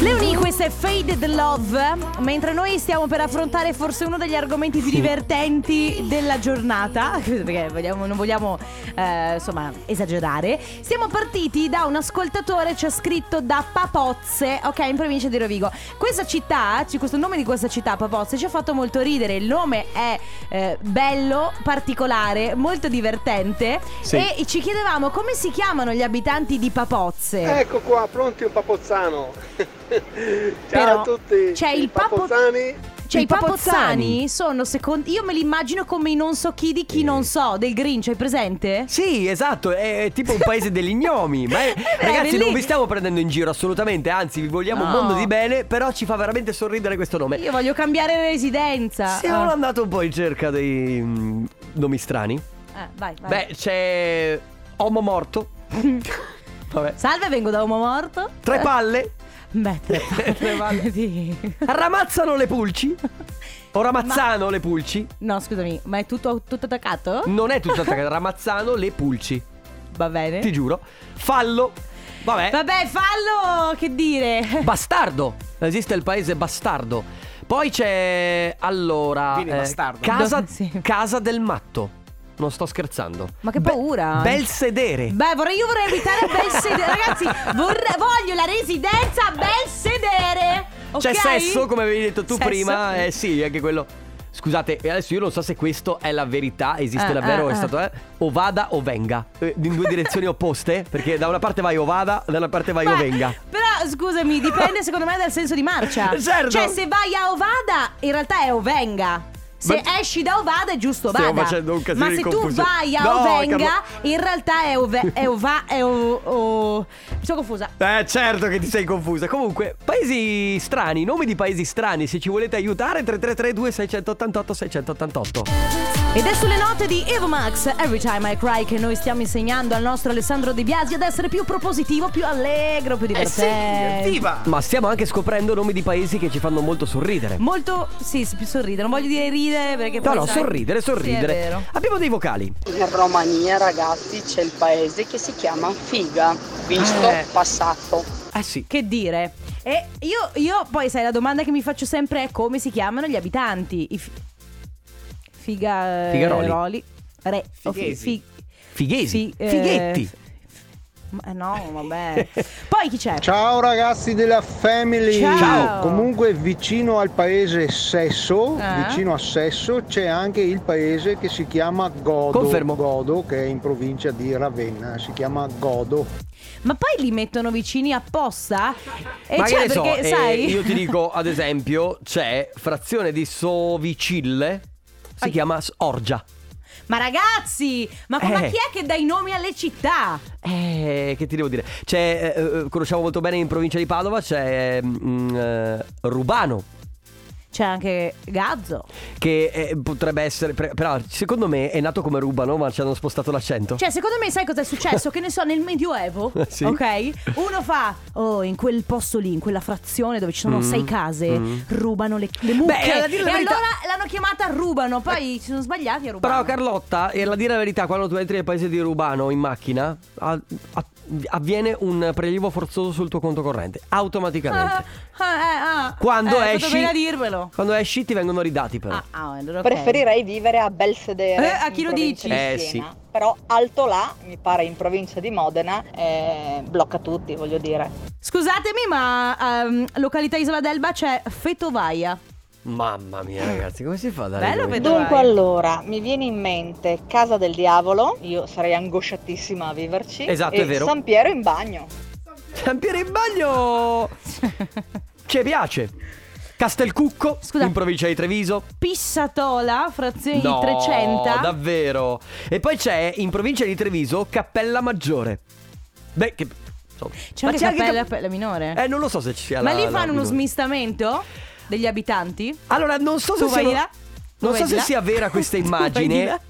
Speaker 2: Leonie, questa è Faded Love, mentre noi stiamo per affrontare forse uno degli argomenti più divertenti della giornata, perché vogliamo- non vogliamo eh, insomma esagerare. Siamo partiti da un ascoltatore, c'è scritto da Papozze, ok, in provincia di Rovigo. Questa città, ci- questo nome di questa città, Papozze, ci ha fatto molto ridere, il nome è eh, bello, particolare, molto divertente
Speaker 1: Sì.
Speaker 2: e ci chiedevamo come si chiamano gli abitanti di Papozze.
Speaker 9: Ecco qua, pronti un papozzano. Ciao
Speaker 2: Però
Speaker 9: a tutti.
Speaker 2: c'è
Speaker 9: I
Speaker 2: il papo-
Speaker 9: papozzani.
Speaker 2: Cioè,
Speaker 1: I
Speaker 2: i papozzani,
Speaker 1: papozzani
Speaker 2: sono secondo. Io me li immagino come i non so chi di chi non so del Grinch, hai presente?
Speaker 1: Sì, esatto, è, è tipo un paese degli gnomi. Ma è-
Speaker 2: Eh beh,
Speaker 1: ragazzi,
Speaker 2: belli-
Speaker 1: non vi stiamo prendendo in giro assolutamente, anzi, vi vogliamo un
Speaker 2: No.
Speaker 1: mondo di bene, però ci fa veramente sorridere questo nome.
Speaker 2: Io voglio cambiare residenza.
Speaker 1: Siamo
Speaker 2: Ah.
Speaker 1: andato un po' in cerca dei mm, nomi strani.
Speaker 2: Eh, vai, vai.
Speaker 1: Beh, c'è Homo Morto. Vabbè.
Speaker 2: Salve, vengo da uomo morto.
Speaker 1: Tre palle.
Speaker 2: Beh, tre palle.
Speaker 1: Tre palle.
Speaker 2: Sì.
Speaker 1: Ramazzano le pulci. O ramazzano le pulci.
Speaker 2: No, scusami, ma è tutto, tutto attaccato?
Speaker 1: Non è tutto attaccato. Ramazzano le pulci.
Speaker 2: Va bene.
Speaker 1: Ti giuro. Fallo. Vabbè.
Speaker 2: Vabbè, fallo, che dire.
Speaker 1: Bastardo. Esiste il paese bastardo. Poi c'è. Allora. eh,
Speaker 9: Vieni, bastardo.
Speaker 1: casa,
Speaker 2: Sì.
Speaker 1: casa del matto. Non sto scherzando.
Speaker 2: Ma che paura.
Speaker 1: Bel sedere.
Speaker 2: Beh, vorrei, io vorrei evitare bel sedere. Ragazzi, vorrei- voglio la residenza a bel sedere.
Speaker 1: C'è
Speaker 2: ok?
Speaker 1: Cioè, sesso, come avevi detto tu
Speaker 2: Sesso.
Speaker 1: prima. Eh sì, anche quello. Scusate, e adesso io non so se questo è la verità, esiste
Speaker 2: Eh,
Speaker 1: davvero,
Speaker 2: eh,
Speaker 1: è
Speaker 2: eh.
Speaker 1: stato eh, o vada o venga, Eh, in due direzioni opposte, perché da una parte vai o vada, dalla parte vai o
Speaker 2: Beh,
Speaker 1: venga.
Speaker 2: Però scusami, dipende secondo me dal senso di marcia.
Speaker 1: Certo.
Speaker 2: Cioè, se vai a Ovada, in realtà è Ovenga. Se
Speaker 1: Ma-
Speaker 2: esci da Ovada è giusto Ovada.
Speaker 1: Stiamo facendo un casino
Speaker 2: Ma se
Speaker 1: di
Speaker 2: tu
Speaker 1: confusione.
Speaker 2: vai a
Speaker 1: No,
Speaker 2: Ovenga,
Speaker 1: Carlo-
Speaker 2: in realtà è Ove- è Ova è o- o- Mi sono confusa.
Speaker 1: Eh certo che ti sei confusa. Comunque, paesi strani, nomi di paesi strani, se ci volete aiutare 3332 688 688.
Speaker 2: Ed è sulle note di Evo Max Every Time I Cry che noi stiamo insegnando al nostro Alessandro De Biasi ad essere più propositivo, più allegro, più
Speaker 1: Eh
Speaker 2: divertente.
Speaker 1: Ma stiamo anche scoprendo nomi di paesi che ci fanno molto sorridere.
Speaker 2: Molto sì, sì, più sorridere, non voglio dire ridere perché
Speaker 1: No,
Speaker 2: poi
Speaker 1: no,
Speaker 2: sai-
Speaker 1: sorridere, sorridere.
Speaker 2: esatto. Sì, è vero.
Speaker 1: Abbiamo dei vocali.
Speaker 10: In Romania, ragazzi, c'è il paese che si chiama Figa, visto
Speaker 1: Eh.
Speaker 10: passato.
Speaker 1: Eh sì.
Speaker 2: Che dire? E io, io poi, sai, la domanda che mi faccio sempre è come si chiamano gli abitanti? I fi- figa. eh,
Speaker 1: Figaroli.
Speaker 2: Roli. Re. o fi-
Speaker 9: Fighesi.
Speaker 2: fi-
Speaker 1: Fighesi.
Speaker 2: fi- eh,
Speaker 1: Fighetti.
Speaker 2: f- ma- eh, no, vabbè. Poi chi c'è?
Speaker 9: Ciao ragazzi della Family.
Speaker 2: Ciao. Ciao.
Speaker 9: Comunque vicino al paese Sesso,
Speaker 2: Eh?
Speaker 9: vicino a Sesso c'è anche il paese che si chiama Godo.
Speaker 1: Confermo.
Speaker 9: Godo che è in provincia di Ravenna, si chiama Godo.
Speaker 2: Ma poi li mettono vicini apposta? E
Speaker 1: Ma
Speaker 2: cioè,
Speaker 1: che ne so,
Speaker 2: perché,
Speaker 1: eh,
Speaker 2: sai.
Speaker 1: io ti dico, ad esempio, c'è frazione di Sovicille, si
Speaker 2: Ai.
Speaker 1: chiama S- Orgia.
Speaker 2: Ma ragazzi, ma, ma
Speaker 1: Eh.
Speaker 2: chi è che dà i nomi alle città?
Speaker 1: Eh, che ti devo dire? C'è, eh, eh, conosciamo molto bene in provincia di Padova, c'è mm, eh, Rubano,
Speaker 2: C'è anche Gazzo.
Speaker 1: che eh, potrebbe essere, pre- però secondo me è nato come Rubano, ma ci hanno spostato l'accento.
Speaker 2: Cioè, secondo me, sai cosa è successo? che ne so, nel Medioevo,
Speaker 1: Sì.
Speaker 2: ok? Uno fa, oh, in quel posto lì, in quella frazione dove ci sono
Speaker 1: Mm-hmm.
Speaker 2: sei case, rubano le, le mucche.
Speaker 1: eh, a dire la
Speaker 2: e
Speaker 1: verità-
Speaker 2: allora l'hanno chiamata Rubano, poi si sono sbagliati a rubano.
Speaker 1: Però Carlotta, e la dire la verità, quando tu entri nel paese di Rubano in macchina, a- a- avviene un prelievo forzoso sul tuo conto corrente, automaticamente. Quando esci Eh.
Speaker 2: eh, Fatto bene Eh, a dirvelo.
Speaker 1: Quando esci ti vengono ridati però.
Speaker 2: Ah, ah, allora, ok.
Speaker 10: Preferirei vivere a Belsedere.
Speaker 2: Eh, a chi
Speaker 10: in
Speaker 2: lo
Speaker 1: dici?
Speaker 10: provincia di
Speaker 1: Eh,
Speaker 10: Siena. Però Alto là, mi pare in provincia di Modena, eh, blocca tutti, voglio dire.
Speaker 2: Scusatemi, ma ehm, località Isola d'Elba c'è Fetovaia.
Speaker 1: Mamma mia ragazzi, come si fa da
Speaker 2: Bello
Speaker 1: vedere?
Speaker 2: Dai.
Speaker 10: Dunque allora, mi viene in mente Casa del Diavolo, io sarei angosciatissima a viverci.
Speaker 1: Esatto,
Speaker 10: e
Speaker 1: è vero.
Speaker 10: San Piero in bagno.
Speaker 1: Campiere in bagno! Ci piace. Castelcucco
Speaker 2: Scusa.
Speaker 1: in provincia di Treviso.
Speaker 2: Pissatola, frazione
Speaker 1: no,
Speaker 2: di 300.
Speaker 1: davvero. E poi c'è in provincia di Treviso Cappella Maggiore. Beh, che
Speaker 2: C'è anche
Speaker 1: Cap-
Speaker 2: Cappella Cappella Minore.
Speaker 1: Eh, non lo so se ci sia
Speaker 2: ma
Speaker 1: la-
Speaker 2: lì
Speaker 1: la
Speaker 2: fanno uno
Speaker 1: Minore.
Speaker 2: smistamento? degli abitanti.
Speaker 1: Allora, non so se,
Speaker 2: Tu vai
Speaker 1: siano-
Speaker 2: di là, tu
Speaker 1: non
Speaker 2: vai
Speaker 1: so
Speaker 2: di
Speaker 1: se
Speaker 2: là.
Speaker 1: sia vera questa
Speaker 2: Tu vai di
Speaker 1: immagine.
Speaker 2: là.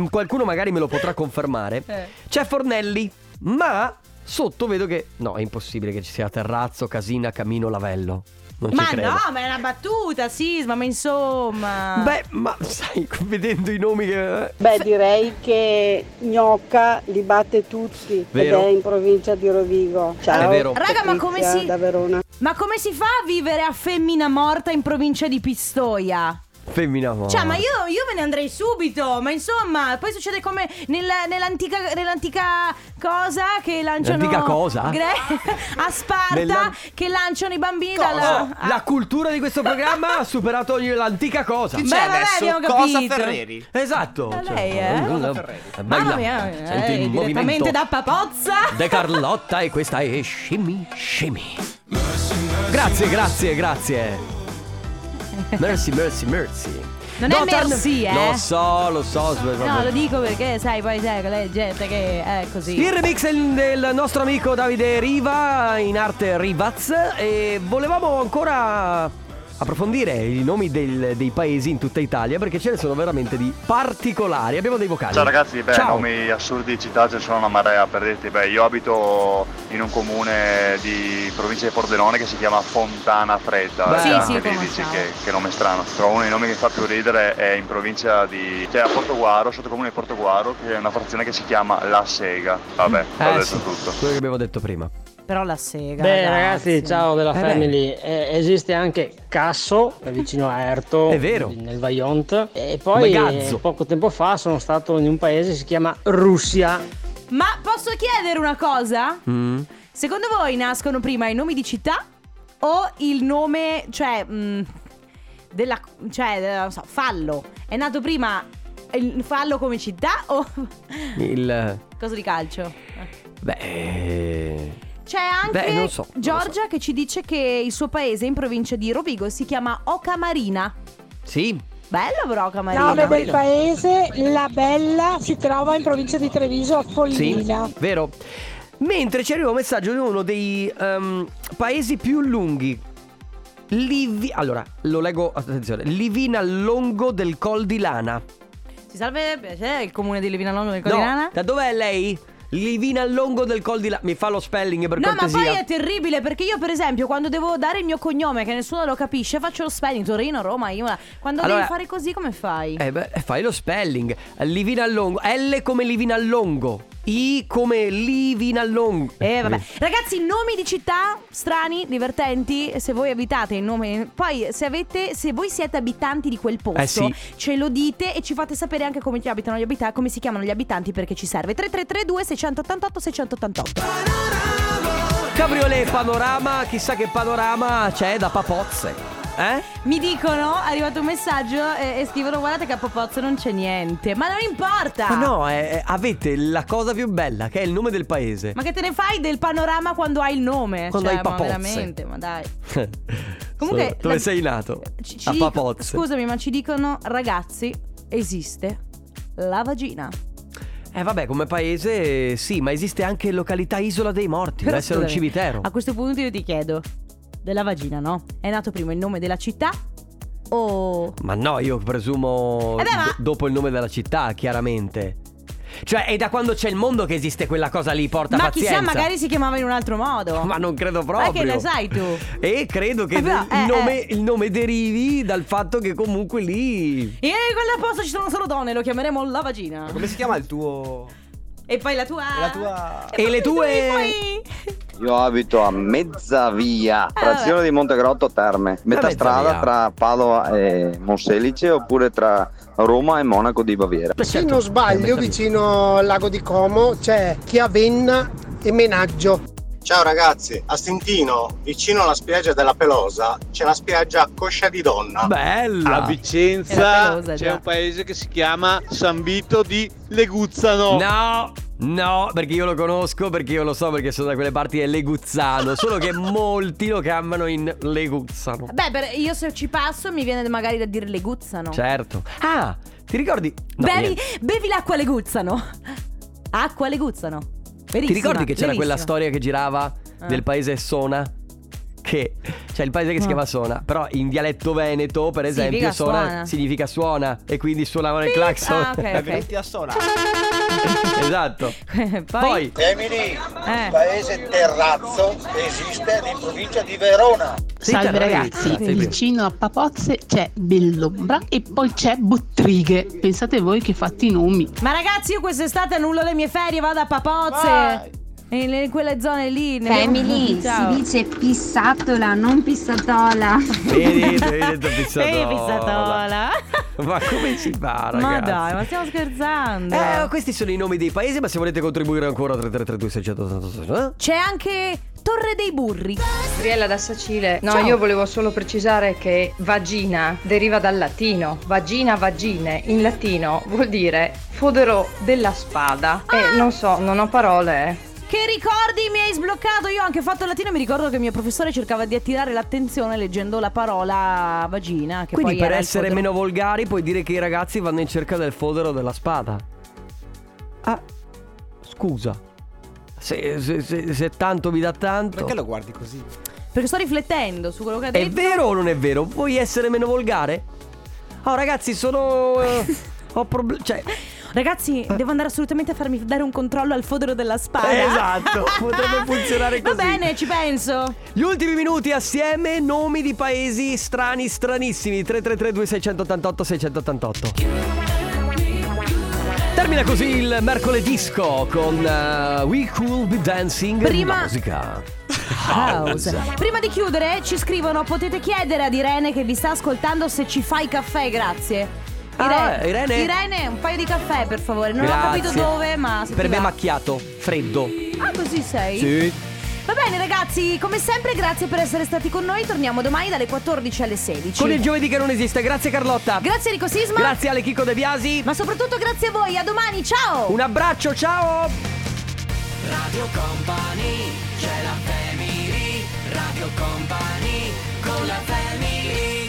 Speaker 1: Mm, Qualcuno magari me lo potrà confermare.
Speaker 2: Eh.
Speaker 1: C'è Fornelli, ma sotto vedo che. No, è impossibile che ci sia terrazzo, casina, camino, lavello. Non
Speaker 2: Ma
Speaker 1: ci credo.
Speaker 2: no, ma è una battuta, Sisma, ma insomma.
Speaker 1: Beh, ma sai, vedendo i nomi che. eh,
Speaker 10: Beh, direi che Gnocca li batte tutti
Speaker 1: Vero. ed è in
Speaker 10: provincia di Rovigo.
Speaker 1: Ciao, È vero.
Speaker 2: Raga,
Speaker 11: eh,
Speaker 2: ma come Patrizia si- da
Speaker 10: Verona.
Speaker 2: Ma come si fa a vivere a femmina morta in provincia di Pistoia?
Speaker 1: Femmina morta.
Speaker 2: Cioè, ma io, io me ne andrei subito. Ma insomma, poi succede come nel- nell'antica, nell'antica cosa che lanciano.
Speaker 1: L'antica cosa?
Speaker 2: Gre- a Sparta
Speaker 1: Nella-
Speaker 2: che lanciano i bambini
Speaker 1: Oh,
Speaker 2: dalla.
Speaker 1: la cultura di questo programma ha superato gli- l'antica cosa.
Speaker 2: Beh, vabbè, abbiamo capito.
Speaker 1: Esatto.
Speaker 2: Ma lei, eh?
Speaker 1: Cosa- bella.
Speaker 2: Mamma mia, eh,
Speaker 1: Senti il movimento
Speaker 2: direttamente da Papozza.
Speaker 1: De Carlotta e questa è Shimmy Shimmy. Grazie, grazie, grazie. Mercy, mercy, mercy.
Speaker 2: Non è merci, eh.
Speaker 1: Lo so, lo so.
Speaker 2: No, lo dico perché, sai, poi sai, con la gente che è così.
Speaker 1: Il remix è il- del nostro amico Davide Riva, in arte Rivaz, e volevamo ancora approfondire i nomi del- dei paesi in tutta Italia perché ce ne sono veramente di particolari. Abbiamo dei vocali.
Speaker 12: Ciao ragazzi, beh,
Speaker 1: Ciao.
Speaker 12: nomi assurdi di città ce ne sono una marea per dirti, beh, io abito in un comune di provincia di Pordenone che si chiama Fontana Fredda,
Speaker 1: Beh. Sì,
Speaker 12: anche
Speaker 2: sì,
Speaker 12: lì
Speaker 2: conosciamo.
Speaker 12: dici che, che nome strano, però uno dei nomi che fa più ridere è in provincia di, cioè a Portoguaro, sotto comune di Portoguaro, che è una frazione che si chiama La Sega, vabbè,
Speaker 1: Eh,
Speaker 12: ho detto
Speaker 1: sì,
Speaker 12: tutto.
Speaker 1: Quello che abbiamo detto prima.
Speaker 2: Però la sega.
Speaker 13: Beh ragazzi, ciao della
Speaker 1: Eh,
Speaker 13: family. Eh, esiste anche Casso, che è vicino a Erto,
Speaker 1: È vero.
Speaker 13: nel Vajont. E
Speaker 1: Come
Speaker 13: poi
Speaker 1: Gazzo.
Speaker 13: eh, poco tempo fa sono stato in un paese che si chiama Russia.
Speaker 2: Ma posso chiedere una cosa?
Speaker 1: Mm.
Speaker 2: Secondo voi nascono prima i nomi di città o il nome, cioè, mh, della, cioè, eh, non so, fallo? È nato prima il fallo come città o
Speaker 1: Il.
Speaker 2: cosa di calcio?
Speaker 1: Beh.
Speaker 2: C'è anche
Speaker 1: Beh, non so, non lo
Speaker 2: Giorgia che ci dice che il suo paese in provincia di Rovigo si chiama Ocamarina.
Speaker 1: Sì.
Speaker 2: Bello però Ocamarina.
Speaker 1: Nome del
Speaker 10: paese La Bella si trova in provincia di Treviso a
Speaker 1: Sì. Vero. Mentre ci arriva un messaggio di uno dei ehm, paesi più lunghi. Livi- allora, lo leggo, attenzione. Livina Longo del Col di Lana.
Speaker 2: Si salve, piacere, il comune di Levinalongo del
Speaker 1: No,
Speaker 2: Corinana?
Speaker 1: da dov'è lei? Livina Longo del Col di Lana. Mi fa lo spelling per
Speaker 2: No, ma
Speaker 1: cortesia.
Speaker 2: poi è terribile perché io, per esempio, quando devo dare il mio cognome che nessuno lo capisce, faccio lo spelling Torino, Roma, Imola. Quando
Speaker 1: Allora-
Speaker 2: devi fare così, come fai?
Speaker 1: Eh beh, fai lo spelling. Livina Longo. L come Livina Longo. I come Livina Longo.
Speaker 2: Eh, vabbè. Ragazzi, nomi di città strani, divertenti. Se voi abitate in nome. Poi, se avete, se voi siete abitanti di quel posto,
Speaker 1: Eh sì.
Speaker 2: ce lo dite e ci fate sapere anche come ci abitano gli abitanti, come si chiamano gli abitanti perché ci serve. 3332 688 688.
Speaker 1: Cabriolet Panorama. Chissà che panorama c'è da papozze. Eh?
Speaker 2: Mi dicono, è arrivato un messaggio eh, e, scrivono: guardate che a Popozzo non c'è niente. Ma non importa!
Speaker 1: Ma no, eh, eh, avete la cosa più bella che è il nome del paese.
Speaker 2: Ma che te ne fai del panorama quando hai il nome?
Speaker 1: Quando
Speaker 2: cioè,
Speaker 1: hai
Speaker 2: ma
Speaker 1: papozze.
Speaker 2: veramente, ma dai. Comunque,
Speaker 1: Comunque, dove
Speaker 2: la- Eh,
Speaker 1: sei nato?
Speaker 2: Ci- ci
Speaker 1: A
Speaker 2: dico-
Speaker 1: Papozze.
Speaker 2: Scusami, ma ci dicono, ragazzi, esiste la vagina.
Speaker 1: Eh vabbè, come paese sì, ma esiste anche località Isola dei Morti,
Speaker 2: Però Ah.
Speaker 1: deve essere un
Speaker 2: scusami,
Speaker 1: cimitero.
Speaker 2: A questo punto io ti chiedo, della vagina, no? È nato prima il nome della città o...
Speaker 1: Ma no, io presumo
Speaker 2: Eh beh, ma-
Speaker 1: do- dopo il nome della città, chiaramente. Cioè, è da quando c'è il mondo che esiste quella cosa lì, porta
Speaker 2: ma
Speaker 1: pazienza.
Speaker 2: chissà, magari si chiamava in un altro modo.
Speaker 1: Ma non credo
Speaker 2: Ma
Speaker 1: proprio.
Speaker 2: che ne sai tu?
Speaker 1: E credo che
Speaker 2: Eh, però,
Speaker 1: il,
Speaker 2: eh,
Speaker 1: nome,
Speaker 2: eh.
Speaker 1: il nome derivi dal fatto che comunque lì...
Speaker 2: E in quella posto ci sono solo donne, lo chiameremo la vagina.
Speaker 14: Come si chiama il tuo...
Speaker 2: E poi la tua...
Speaker 14: la tua...
Speaker 1: E le tue...
Speaker 2: Poi...
Speaker 15: Io abito a Mezzavia, frazione di Montegrotto Terme, metà
Speaker 1: Mezzavia.
Speaker 15: strada tra Padova e Monselice oppure tra Roma e Monaco di Baviera.
Speaker 16: Se non sbaglio, vicino al lago di Como c'è Chiavenna e Menaggio.
Speaker 17: Ciao ragazzi, a Stintino, vicino alla spiaggia della Pelosa, c'è la spiaggia Coscia di
Speaker 14: Ah.
Speaker 17: Donna.
Speaker 1: Bella!
Speaker 18: A
Speaker 2: Era
Speaker 18: Vicenza
Speaker 2: pelosa,
Speaker 18: c'è
Speaker 2: già.
Speaker 18: un paese che si chiama San Vito di Leguzzano.
Speaker 1: No, no, perché io lo conosco, perché io lo so, perché sono da quelle parti è Leguzzano. Solo che molti lo chiamano in Leguzzano.
Speaker 14: Ah.
Speaker 2: Beh, per- io se ci passo mi viene magari da dire le guzzano.
Speaker 1: Certo. Ah, ti ricordi? no,
Speaker 2: bevi,
Speaker 1: niente.
Speaker 2: bevi l'acqua le guzzano. Acqua le guzzano.
Speaker 1: Ti
Speaker 2: Verissima,
Speaker 1: ricordi che c'era
Speaker 2: verissima.
Speaker 1: quella storia che girava
Speaker 2: Ah.
Speaker 1: del paese Sona? che c'è il paese che si
Speaker 14: Ah.
Speaker 1: chiama Sona, però in dialetto veneto, per esempio,
Speaker 14: Significa
Speaker 1: Sona
Speaker 14: suona.
Speaker 1: significa suona e quindi suonavano il clacson.
Speaker 14: Ah, ok, ok. Benvenuti
Speaker 1: a Sona.
Speaker 2: Certo.
Speaker 1: esatto.
Speaker 2: Poi,
Speaker 1: Poi-
Speaker 19: Emily, il paese Terrazzo esiste in provincia di Verona.
Speaker 20: Salve ragazzi, vicino a Papozze c'è Bellombra e poi c'è Bottrighe. Pensate voi che fatti i nomi.
Speaker 2: Ma ragazzi, io quest'estate annullo le mie ferie, vado a Papozze. E in in quelle zone lì. nelle-
Speaker 21: Family, si
Speaker 2: Ciao.
Speaker 21: dice pissatola, non pissatola.
Speaker 1: Vedi, vedi, detto pizzatola.
Speaker 2: Ehi, pizzatola.
Speaker 1: Ma come si fa, ragazzi?
Speaker 2: Ma dai, ma stiamo scherzando.
Speaker 1: Eh, questi sono i nomi dei paesi, ma se volete contribuire ancora 33326886, eh?
Speaker 2: C'è anche Torre dei Burri.
Speaker 11: Gabriella da Sacile. No,
Speaker 2: Ciao.
Speaker 11: io volevo solo precisare che vagina deriva dal latino. Vagina, vagine, in latino vuol dire fodero della spada.
Speaker 10: Ah.
Speaker 11: E non so, non ho parole. eh.
Speaker 2: Che ricordi mi hai sbloccato? Io ho anche fatto latino e mi ricordo che il mio professore cercava di attirare l'attenzione leggendo la parola vagina. Che
Speaker 1: Quindi
Speaker 2: poi
Speaker 1: per
Speaker 2: era il
Speaker 1: essere
Speaker 2: fodero.
Speaker 1: meno volgari puoi dire che i ragazzi vanno in cerca del fodero della spada. Ah, scusa. Se, se- se- se tanto vi dà tanto...
Speaker 14: Perché lo
Speaker 1: guardi così?
Speaker 2: Perché sto riflettendo su quello che ha
Speaker 1: È
Speaker 2: detto.
Speaker 1: vero o non è vero? Vuoi essere meno volgare? Oh ragazzi, sono... eh, ho problemi... Cioè...
Speaker 2: Ragazzi, devo andare assolutamente a farmi dare un controllo al fodero della spada.
Speaker 1: Esatto, potrebbe funzionare
Speaker 2: Va
Speaker 1: così.
Speaker 2: bene, ci penso.
Speaker 1: Gli ultimi minuti assieme, nomi di paesi strani, stranissimi. 333 688 688 Termina così il mercoledì disco con eh, We Cool Be Dancing.
Speaker 2: Prima-
Speaker 1: La musica. Ah,
Speaker 2: House. Prima di chiudere, ci scrivono: potete chiedere ad Irene che vi sta ascoltando se ci fai caffè, grazie.
Speaker 1: Ah, Irene.
Speaker 2: un paio di caffè per favore. Non ho
Speaker 1: Grazie.
Speaker 2: capito dove, ma. se
Speaker 1: Per
Speaker 2: ti
Speaker 1: me è
Speaker 2: va.
Speaker 1: macchiato, freddo.
Speaker 2: Ah, così sei?
Speaker 1: Sì.
Speaker 2: Va bene, ragazzi, come sempre, grazie per essere stati con noi. Torniamo domani dalle 14 alle 16.
Speaker 1: Con il giovedì che non esiste. Grazie Carlotta.
Speaker 2: Grazie Enrico Sisma.
Speaker 1: Grazie Ale Chico De Biasi.
Speaker 2: Ma soprattutto grazie a voi, a domani, ciao!
Speaker 1: Un abbraccio, ciao!
Speaker 3: Radio Company, c'è la family, Radio Company, con la family.